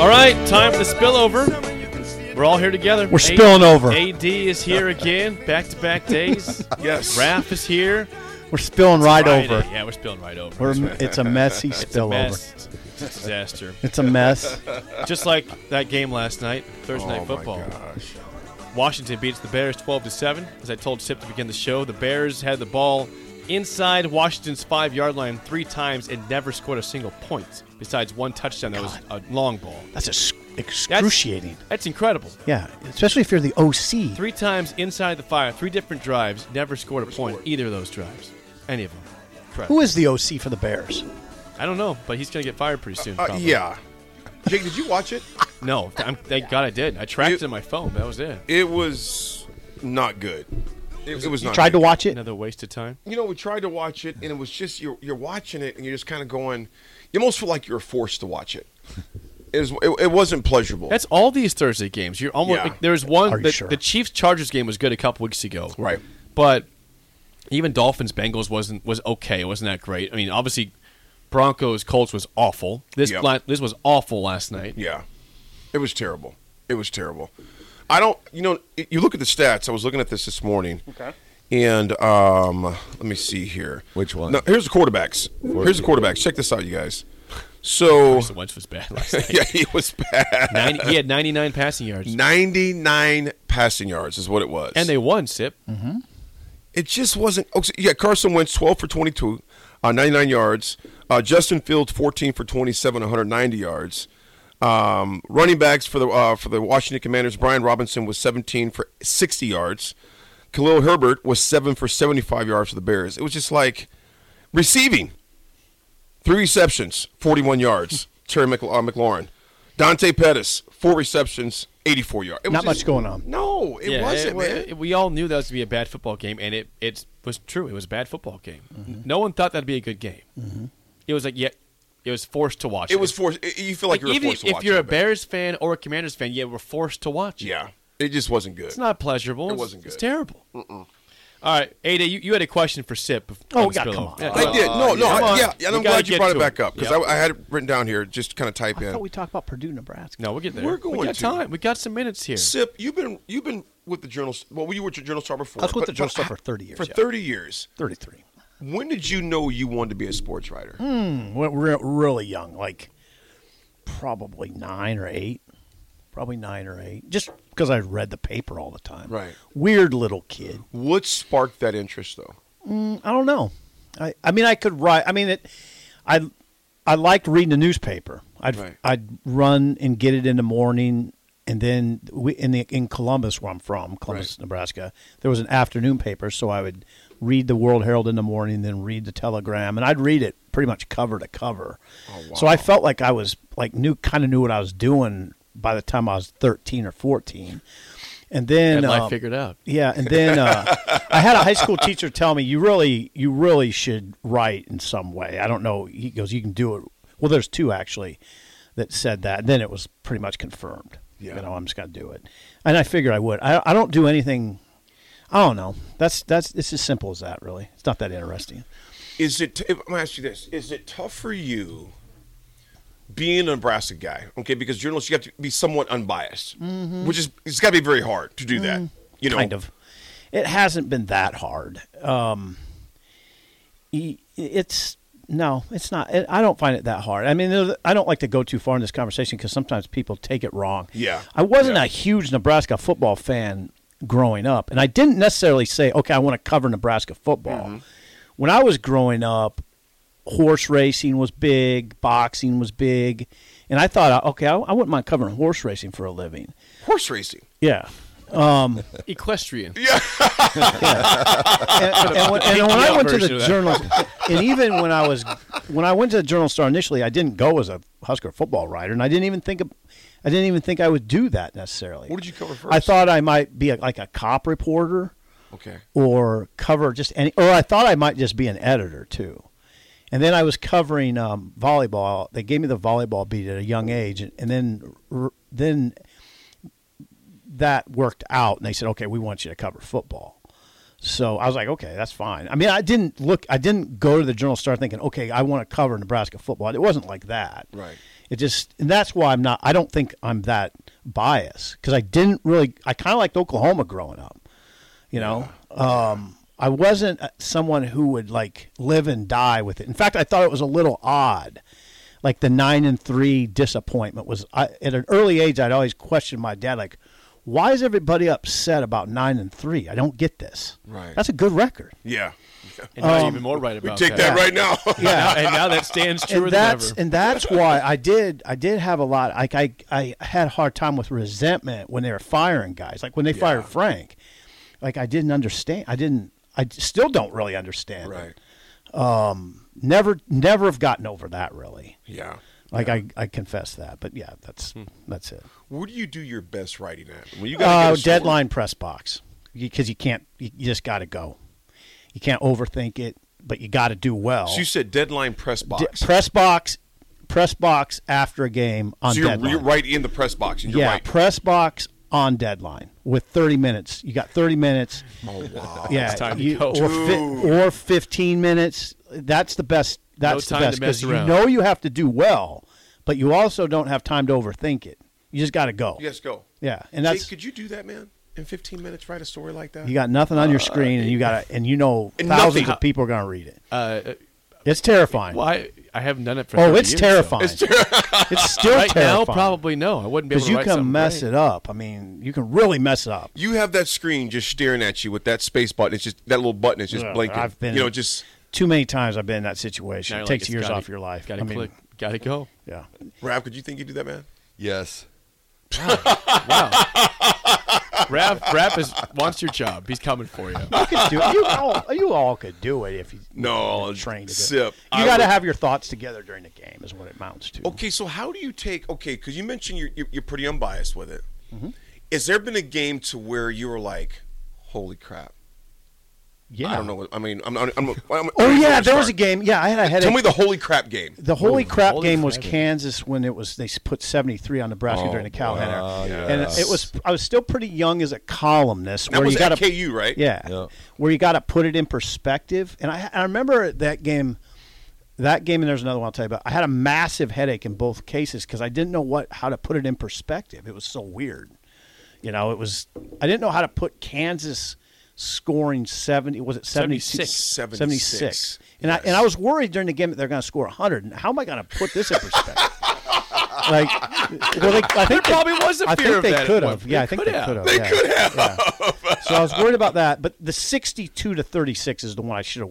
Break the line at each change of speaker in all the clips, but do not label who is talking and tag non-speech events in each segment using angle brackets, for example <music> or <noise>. All right, time for the spillover. We're all here together.
We're spilling over.
AD is here again, back to back
<laughs>
days.
Yes.
Raph is here.
We're spilling right
Friday.
over.
Yeah, we're spilling right over.
We're, it's a messy
it's a
spillover.
mess. It's a disaster.
It's
<laughs>
a mess.
Just like that game last night, Thursday
Oh
night football.
my gosh.
Washington beats the Bears 12 to 7. As I told Sip to begin the show, the Bears had the ball inside Washington's 5-yard line 3 times and never scored a single point besides one touchdown that was a long ball.
That's ex-
That's-
excruciating.
That's incredible.
yeah, especially if you're the OC.
Three times inside the fire, three different drives, never scored a point either of those drives. Any of them.
Who is the OC for the Bears?
I don't know, but he's going to get fired pretty soon.
Uh,
probably.
yeah. Jake, did you watch it?
No, I'm, thank God I did. I tracked
You-
it in my phone. That was it.
It was not good. It, it was not.
Tried to
good.
watch it.
Another waste of time.
You know, we tried to watch it, and it was just you're you're watching it, and you're just kind of going. You almost feel like you're forced to watch it. It, was, it, it wasn't pleasurable.
That's all these Thursday games. You're almost
Yeah.
there's one.
Are you
the,
sure?
the Chiefs Chargers game was good a couple weeks ago,
Right.
But even Dolphins Bengals wasn't was okay. It wasn't that great. I mean, obviously Broncos Colts was awful. This
Yep.
la- this was awful last night.
Yeah, it was terrible. It was terrible. I don't. You know, it- you look at the stats. I was looking at this this morning. Okay. And um, let me see here.
Which one?
No, here's the quarterbacks. Here's the quarterbacks. Check this out, you guys. So, <laughs>
Carson Wentz was bad last night.
yeah, he was bad.
90, he had 99 passing yards,
99 passing yards is what it was.
and they won. Sip.
It just wasn't. Oh, yeah, Carson Wentz 12 for 22, uh, 99 yards. Uh, Justin Fields 14 for 27, 190 yards. Um, running backs for the uh, for the Washington Commanders, Brian Robinson was 17 for 60 yards. Khalil Herbert was 7 for 75 yards for the Bears. It was just like receiving. Three receptions,
<laughs>
41 yards. Terry Mc, uh, McLaurin. Dante Pettis, four receptions, 84 yards. It was
Not
just-
much going on.
No, it
Yeah,
wasn't,
it-
man.
it- we all knew that was to be a bad football game, and it it was true. It was a bad football game.
Mm-hmm.
No one thought that'd be a good game. It was like yeah, it was forced to watch.
It was forced. it- You feel like, you were
even
forced to
if
watch
you're
it,
a
but-
Bears fan or a Commanders fan, yeah, we're forced to watch. it.
yeah, it just wasn't good.
it's not pleasurable.
It
It's-
wasn't
It's
good.
terrible. All right, Ada, you, you had a question for Sip.
Oh,
the
God,
spillover.
come on.
Uh, Yeah.
I did. No, no.
Come
I,
on.
yeah,
We
and I'm
gotta
glad you
get
brought
to
it back up because
Yeah.
I, I had it written down here just to kind of type
I
in.
thought we talked about Purdue, Nebraska.
No, we'll get there.
We're
we
going
got
to.
time. We got some minutes here.
Sip, you've been you've been with the journal. Well, you were with your journal star before.
I was with
but-
the Joe
but
Stuff
h-
for 30 years.
For
yeah.
30 years.
33.
When did you know you wanted to be a sports writer?
Hmm, We're we're really young, like probably nine or eight. Probably nine or eight. Just because I read the paper all the time.
Right.
Weird little kid.
What sparked that interest, though?
I don't know. I, I mean, I could write. I mean, it. I I liked reading the newspaper. I'd
Right.
I'd run and get it in the morning, and then we in the in Columbus where I'm from, Columbus,
Right.
Nebraska. There was an afternoon paper, so I would read the World Herald in the morning, then read the Telegram, and I'd read it pretty much cover to cover.
Oh,
So I felt like I was like knew kind of knew what I was doing by the time I was 13 or 14. And then
Had life
um,
figured out.
yeah, and then uh, I had a high school teacher tell me you really you really should write in some way. I don't know. He goes, you can do it. Well, there's two actually that said that. And then it was pretty much confirmed.
Yeah.
You know, I'm just gonna do it, and I figured I would. I, I don't do anything. I don't know. That's that's it's as simple as that. Really, it's not that interesting.
Is it? If, I'm gonna ask you this: Is it tough for you being a Nebraska guy? Okay, because journalists, you have to be somewhat unbiased, which is it's got to be very hard to do that. You know,
Mm-hmm. Mm. kind of. It hasn't been that hard. Um, y- it's no, it's not. It, I don't find it that hard. I mean, there's- I don't like to go too far in this conversation because sometimes people take it wrong.
Yeah.
I wasn't
Yeah.
a huge Nebraska football fan growing up, and I didn't necessarily say, okay, I want to cover Nebraska football. When I was growing up, horse racing was big, boxing was big, and I thought, okay, I, I wouldn't mind covering horse racing for a living.
Horse racing.
Yeah.
Equestrian.
and, and when, and when I went to
version
the
of that.
journal, and even when I was when I went to the Journal Star initially, I didn't go as a Husker football writer, and I didn't even think of, I didn't even think I would do that necessarily.
What did you cover
I
first?
thought I might be a, like a cop reporter
Okay.
or cover just any, or I thought I might just be an editor too. And then I was covering um, volleyball. They gave me the volleyball beat at a young age, and, and then r- then that worked out. And they said, "Okay, we want you to cover football." So I was like, "Okay, that's fine." I mean, I didn't look. I didn't go to the Journal Star thinking, "Okay, I want to cover Nebraska football." It wasn't like that.
Right.
It just, and that's why I'm not. I don't think I'm that biased because I didn't really. I kind of liked Oklahoma growing up. You know, um, I wasn't uh, someone who would like live and die with it. In fact, I thought it was a little odd. Like the nine and three disappointment was I, at an early age. I'd always question my dad, like, "Why is everybody upset about nine and three? I don't get this.
Right.
That's a good record.
Yeah.
And now you're even more right
Um, We
about
take that right now.
Now, and now that stands truer
and
than
that's
ever. <laughs>
and that's why I did I did have a lot. Like I I had a hard time with resentment when they were firing guys. Like when they fired Frank, like I didn't understand. I didn't. I still don't really understand. it.
<laughs> right.
Never never have gotten over that really.
Yeah.
Like I, I confess that, but yeah, that's that's it.
Where do you do your best writing at? When you gotta get
Uh,
a story-
deadline press box because you can't. You, you just got to go. You can't overthink it, but you got to do well.
So you said deadline press
D-
box.
press box, press box after a game on
so you're,
deadline.
you're right in the press box, and you're
yeah,
right.
press box on deadline with 30 minutes. You got 30 minutes.
oh wow.
yeah,
time to
you-
go.
Or, fi- or 15 minutes. That's the best. That's
time
the
to
best
mess
you
around.
know you have to do well, but you also don't have time to overthink it. You just got to go.
Yes, go.
Yeah, and that's
Jake, could you do that, man? In 15 minutes, write a story like that.
you got nothing on your screen, and you got to and you know
And
thousands
nothing-
of people are going to read it.
Uh,
It's terrifying.
well, I, I haven't done it for.
oh,
30
it's
years, so-
terrifying. <laughs> It's, still
Right now,
terrifying.
probably no. I wouldn't be able
because
to
you
write
can
something
mess
great.
it up. I mean, you can really mess it up.
you have that screen just staring at you with that space button. It's just that little button. It's just
Yeah,
blinking.
I've been
you know,
in-
just
too many times I've been in that
Now
situation.
you're
It
like,
takes
it's
years
gotta-
off your life.
Gotta
I mean,
click. Gotta go.
Yeah.
Rav, could you think you do that, man?
Yes.
Rap, rap is wants your job. He's coming for
<laughs>
you.
You could do it. You all, you all could do it if you
No,
you're trained to do it.
sip. I
You got to
would-
have your thoughts together during the game, is what it amounts to.
Okay, so how do you take? Okay, because you mentioned you're you're, you're pretty unbiased with it. Is
Mm-hmm.
there been a game to where you were like, "Holy crap"?
Yeah.
I don't know. What, I mean, I'm. I'm, I'm, I'm
Oh yeah, there was a game. Yeah, I had a headache.
Tell me the holy crap game.
the holy crap
holy
game was
crap.
Kansas when it was they s- put 73 on Nebraska during the Cowhead era. And it was I was still pretty young as a columnist
That
where
was
you got
at KU, right?
Yeah.
Yeah.
Where you got to put it in perspective. And I I remember that game that game and there's another one I'll tell you about. I had a massive headache in both cases cuz I didn't know what how to put it in perspective. It was so weird. You know, it was I didn't know how to put Kansas scoring 70 was it 76
76.
76. And I and I was worried during the game that they're going to score 100. And how am I going to put this in perspective? <laughs> like well they, I think
Probably
they,
was a fear
I think
of
they
that at
could
one
have.
point.
Yeah, I think
Could
they
have.
could have. They could have. So I was worried about that, but the 62 to 36 is the one I should have.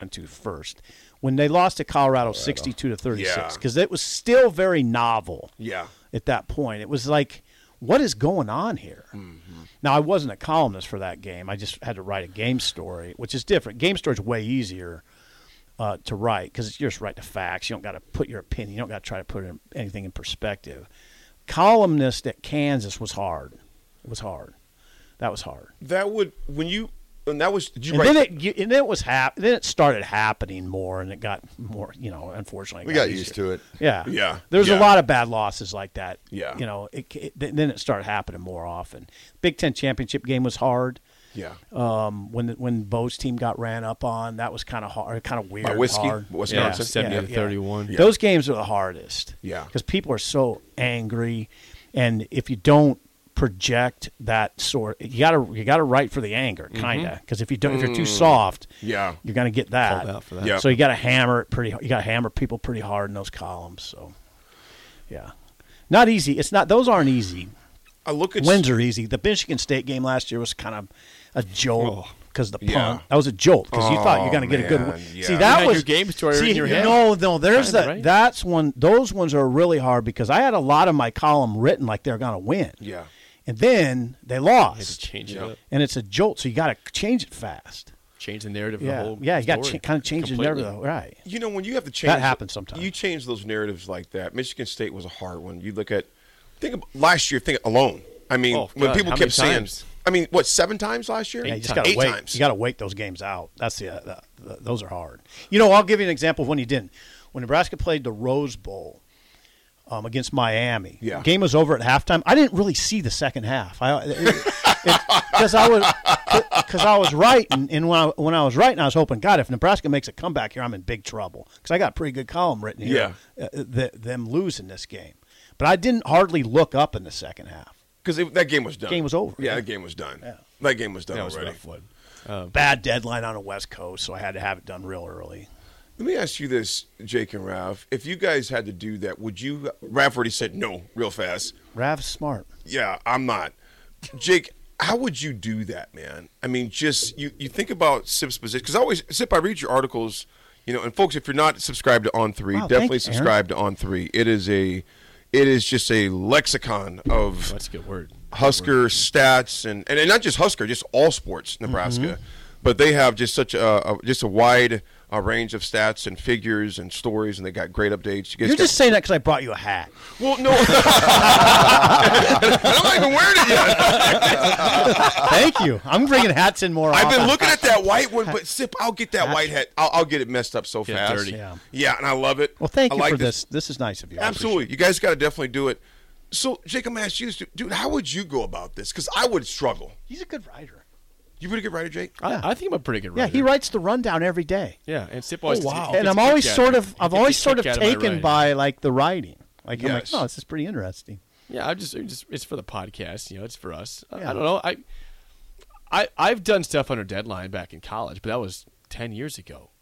into first when they lost to Colorado, sixty-two to thirty-six,
Yeah.
because it was still very novel.
Yeah.
At that point, it was like, what is going on here? Now, I wasn't a columnist for that game. I just had to write a game story, which is different. Game story's way easier uh, to write because you just write the facts. You don't got to put your opinion. You don't got to try to put in- anything in perspective. Columnist at Kansas was hard. It was hard. That was hard.
That would when you and that was did you
And
write?
then it you- and then it was hap- Then it started happening more, and it got more. You know, unfortunately, it
We got used to it.
Yeah,
Yeah,
There's
yeah.
a lot of bad losses like that.
Yeah.
you know, it, it, th- then it started happening more often. Big Ten championship game was hard.
yeah,
Um, when the, when Bo's team got ran up on, that was kind of hard, kind of weird.
Whiskey,
hard.
Yeah,
Wisconsin.
it's 70 to 31.
Those games are the hardest.
Yeah.
Because people are so angry, and if you don't project that sort, you gotta you gotta write for the anger,
Mm-hmm.
kinda. Because if you don't, if you're too soft,
Mm. Yeah.
you're gonna get that.
Called out for that.
Yeah.
So you gotta hammer it pretty. You gotta hammer people pretty hard in those columns. So, yeah, not easy. It's not. Those aren't easy.
I look at
Wins are easy. The Michigan State game last year was kind of a jolt
Oh,
because the punt.
Yeah.
That was a jolt because you thought you're going to get a good
man,
win.
yeah.
See,
You
that
had
was
your game story
see,
in your head.
No, no, there's
Kinda,
that.
right?
That's one. Those ones are really hard because I had a lot of my column written like they're going to win.
Yeah.
and then they lost,
Change it
Yeah.
up.
and it's a jolt. So you got to change it fast.
Change the narrative
Yeah,
of the whole
yeah, you got to
story
kind of change the
completely.
narrative, though. right?
you know when you have to change
That happens sometimes.
You change those narratives like that. Michigan State was a hard one. You look at think of last year. Think alone. I mean,
Oh,
when
God,
people
how
kept
many
saying,
times?
I mean, what seven times last year?
Yeah, you just
got
gotta
eight
wait.
times.
You got to wait those games out. That's the, uh, the, the- those are hard. You know, I'll give you an example of when you didn't. When Nebraska played the Rose Bowl um, against Miami,
Yeah.
game was over at halftime. I didn't really see the second half. I because I was because I was writing, and when I when I was writing, I was hoping God, if Nebraska makes a comeback here, I'm in big trouble because I got a pretty good column written here. Yeah, uh, th- them losing this game, but I didn't hardly look up in the second half.
because that game was done.
Game was over.
Yeah,
Yeah.
that game was done. That game was done
That was a
already.
rough one.
Bad deadline on the West Coast, so I had to have it done real early.
Let me ask you this, Jake and Ralph. If you guys had to do that, would you? Ralph already said no, real fast.
Rav's smart.
Yeah, I'm not. Jake, how would you do that, man? I mean, just you, you think about Sip's position because I always Sip. I read your articles, you know. And folks, if you're not subscribed to On Three,
Wow,
definitely
thanks, Aaron.
subscribe to On Three. It is a, it is just a lexicon of
That's a good word.
Husker stats and, and and not just Husker, just all
Mm-hmm.
sports Nebraska. But they have just such a, a just a wide uh range of stats and figures and stories, and they got great updates. You guys
You're
got-
just saying that because I brought you
<laughs>
a hat.
well, no, <laughs> And I'm not even wearing it yet.
<laughs>
Thank you. I'm bringing hats in more.
I've
often.
been looking at that white one, but sip, I'll get that white hat. I'll, I'll get it messed up so
Get
fast.
dirty.
Yeah.
yeah, and I love it.
Well, thank
I
you
like
for this. this. is nice of you. I
Absolutely, you guys got to definitely do it. So, Jacob, I'm asking you, this, dude, how would you go about this? Because I would struggle.
appreciate it. He's a good writer.
You pretty good writer, Jake.
I, I think I'm a pretty good
Yeah,
writer.
he writes the rundown every day. Oh,
Yeah, and Sip always. he gets
And I'm
a
always
kick out
sort
it.
of,
He
I've
gets a
always sort of
kick out my
taken
writing.
by like the writing. Like I'm
Yes.
like, oh, this is pretty interesting.
Yeah, I'm just it's, it's for the podcast. You know, it's for us. I- I
Yeah.
don't know. I, I I've done stuff under deadline back in college, but that was ten years ago. <laughs>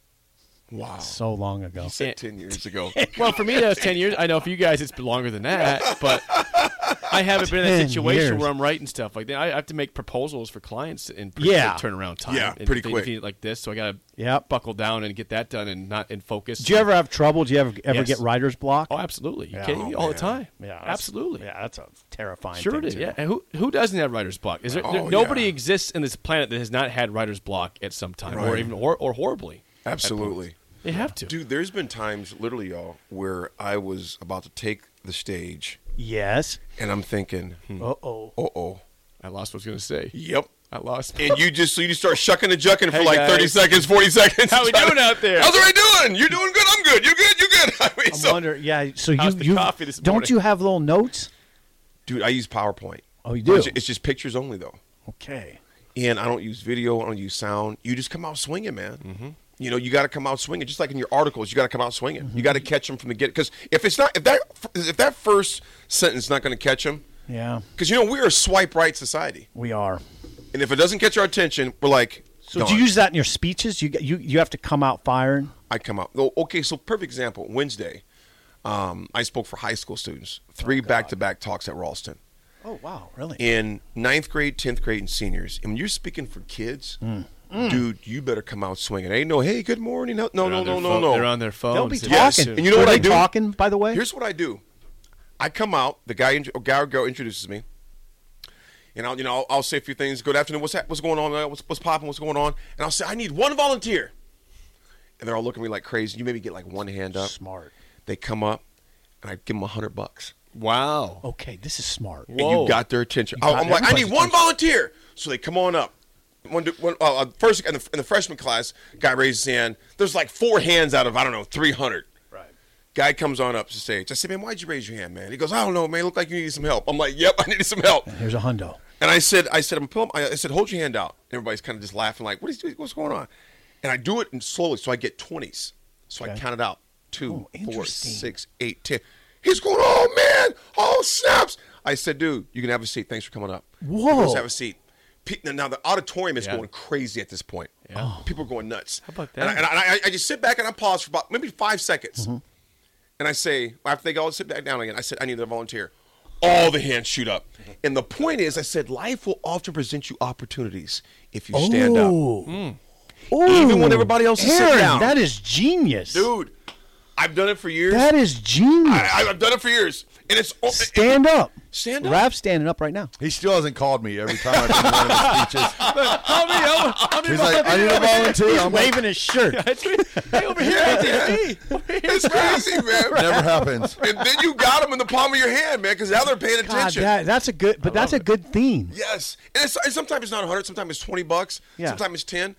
Wow.
So long ago.
said 10 years ago.
Well, for me, that was ten years. I know for you guys, it's been longer than that. But I haven't been in a
10
situation
years.
where I'm writing stuff like that. I have to make proposals for clients in pretty
Yeah.
quick turnaround time.
Yeah,
and
pretty
they
quick.
need it like this, so I got to
Yep.
buckle down and get that done and not and focus.
Do you ever have trouble? Do you ever ever
Yes.
get writer's block?
Oh, absolutely. You
Yeah.
kidding me?
Oh,
All the
man.
time.
that's-
absolutely.
Yeah, that's a terrifying.
Sure
thing
it is.
too.
Yeah. And who who doesn't have writer's block? Is there, there-
Oh,
nobody
yeah.
exists in this planet that has not had writer's block at some time, or
Right.
even or, or horribly?
Absolutely.
They have to.
Dude, there's been times, literally, y'all, where I was about to take the stage
Yes.
and I'm thinking,
Hmm.
uh
Uh oh.
oh.
I lost what I was going to say.
Yep.
I lost.
And you just, so you just start shucking and jucking for
Hey,
like
guys.
30 seconds, 40 seconds.
How we doing out there?
How's everybody doing? You're doing good. I'm good. You're good. You're good. <laughs> I mean,
I'm
so-
wondering. Yeah. So you
How's the
you
coffee this
don't
morning?
you have little notes?
dude, I use PowerPoint.
Oh, you
But It's,
do?
it's just pictures only, though.
Okay.
And I don't use video. I don't use sound. You just come out swinging, man. Mm-hmm. You know, you got to come out swinging. Just like in your articles, you got to come out swinging. You got to catch them from the get. Because if it's not, if that, if that first sentence is not going to catch them,
Yeah,
Because you know we're a swipe right society,
we are.
and if it doesn't catch our attention, we're like,
So
"Darn."
do you use that in your speeches? You you you have to come out firing.
I come out. Oh, Okay, so perfect example. Wednesday, um, I spoke for high school students,
Oh,
three back-to-back talks at Ralston
Oh wow, really?
Hmm.
in ninth grade, tenth grade, and seniors. And when you're speaking for kids, dude, you better come out swinging. Ain't no, hey, good morning. No,
They're
no, no,
on
no,
their
no,
phone-
no.
They're on their phones.
They'll be
They're
Yes.
talking.
soon.
And you know what
Are
I
they
do?
Talking, by the way.
Here's what I do. I come out. The guy or guy or girl introduces me, and I'll you know I'll, I'll say a few things. Good afternoon. What's that? What's going on? uh, What's what's popping? What's going on? And I'll say I need one volunteer. And they're all looking at me like crazy. You maybe get like one hand up.
Smart.
They come up, and I give them a hundred bucks,
Wow.
Oh,
Okay, this is smart.
and
Whoa.
you got their attention. Oh,
You got
I'm like, I need
everybody's
one volunteer. So they come on up. One, one, uh, uh, first in the, in the freshman class, guy raises his hand. There's like four hands out of I don't know 300.
Right.
Guy comes on up to stage. I said, "Man, why'd you raise your hand, man?" He goes, "I don't know, man. Look like you needed some help." I'm like, "Yep, <laughs> I needed some help."
Here's a hundo.
And I said, "I said, I'm pulling, I I said, hold your hand out." And everybody's kind of just laughing, like, "What is what's going on?" And I do it and slowly, so I get twenties. So I
Okay.
counted out two,
Oh,
four,
interesting.
six, eight, ten. He's going, "Oh man, oh snaps!" I said, "Dude, you can have a seat. Thanks for coming up."
Whoa.
Let's have a seat. Pe- Now the auditorium is
Yeah.
going crazy at this point. People are going nuts. How
about
And I,
that?
and I, I just sit back and I pause for about maybe five seconds. And I say, after they all sit back down again, I said, I need a volunteer. All the hands shoot up. And the point is, I said, life will often present you opportunities if you stand up.
Ooh. Ooh.
Even when everybody else is sitting
Aaron,
down.
That is genius.
Dude, I've done it for years.
That is genius.
I, I've done it for years. And it's all.
Stand up.
Stand up.
Rav's standing up right now.
He still hasn't called me every time I've done one of
<laughs>
his speeches.
Help me, help me, help me,
He's
help
like,
me.
I need a volunteer. I'm like,
Waving
<laughs>
his shirt.
hey, over here, Anthony, me. Over here.
It's crazy, man.
never happens.
And then you got them in the palm of your hand, man, because now they're paying
God,
attention.
that, that's a good. But that's a good theme.
Yes, and it's, and sometimes it's not a hundred. Sometimes it's twenty bucks.
Yeah.
Sometimes it's ten.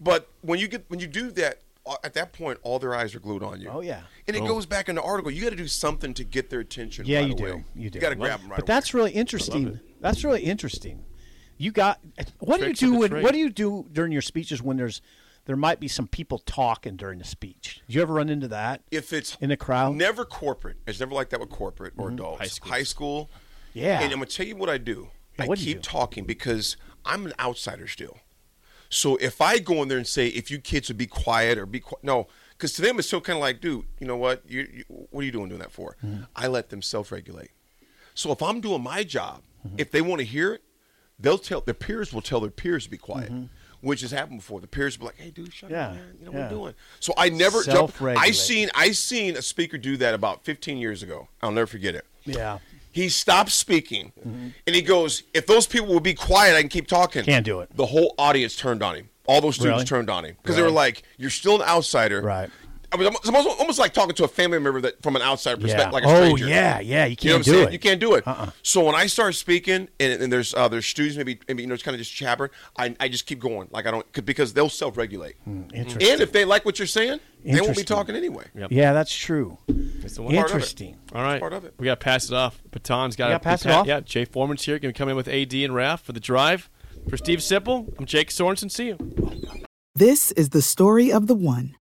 But when you get when you do that, uh, at that point, all their eyes are glued on you.
Oh, yeah.
And it goes back in the article. You got to do something to get their attention.
Yeah,
right
you do.
away.
You do.
got to grab them right
but that's really interesting. That's really interesting. You got what
Tricks
do
of
you do
the
when,
trade.
what do you do during your speeches when there's there might be some people talking during the speech. Do you ever run into that?
if it's
in the crowd?
never corporate. It's never like that with corporate or adults. High
schools.
school. High school.
Mm-hmm. Yeah.
And I'm gonna tell you what I do.
Yeah,
I
what do you
keep
do?
talking because I'm an outsider still. So if I go in there and say, if you kids would be quiet or be quiet, no, because to them it's still kind of like, dude, you know what? You, you what are you doing doing that for?
Mm-hmm.
I let them self-regulate. So if I'm doing my job,
Mm-hmm.
if they want to hear it, they'll tell their peers will tell their peers to be quiet. Which has happened before. The peers will be like, "Hey, dude, shut
Mm-hmm. Yeah,
up, man. You know
yeah.
what we're doing." So I never. Jump, I
Self-regulate.
seen I seen a speaker do that about 15 years ago. I'll never forget it.
Yeah.
He stops speaking and he goes, If those people will be quiet, I can keep talking.
Mm-hmm. Can't do it.
The whole audience turned on him. All those students
Really?
turned on him because they were like, You're still an outsider.
Right.
I mean, it's almost, almost like talking to a family member that from an outside perspective,
Yeah.
like a
oh
stranger.
yeah, yeah. You can't
You know what I'm
do
saying?
it. Uh-uh.
You can't do it. So when I start speaking, and, and there's uh, there's students maybe, maybe you know it's kind of just chabbering. I, I just keep going like I don't 'cause- because they'll self regulate.
Hmm, interesting.
And if they like what you're saying, they won't be
Interesting.
talking anyway.
Yeah, that's true.
one part of it.
Interesting.
All right,
part of it.
we got to pass it off. Baton's got
You
to
gotta pass it off?
Yeah, Jay Foreman's here. Going to come in with AD and Raph for the drive. For Steve Sipple, I'm Jake Sorensen. See you.
This is the story of the one.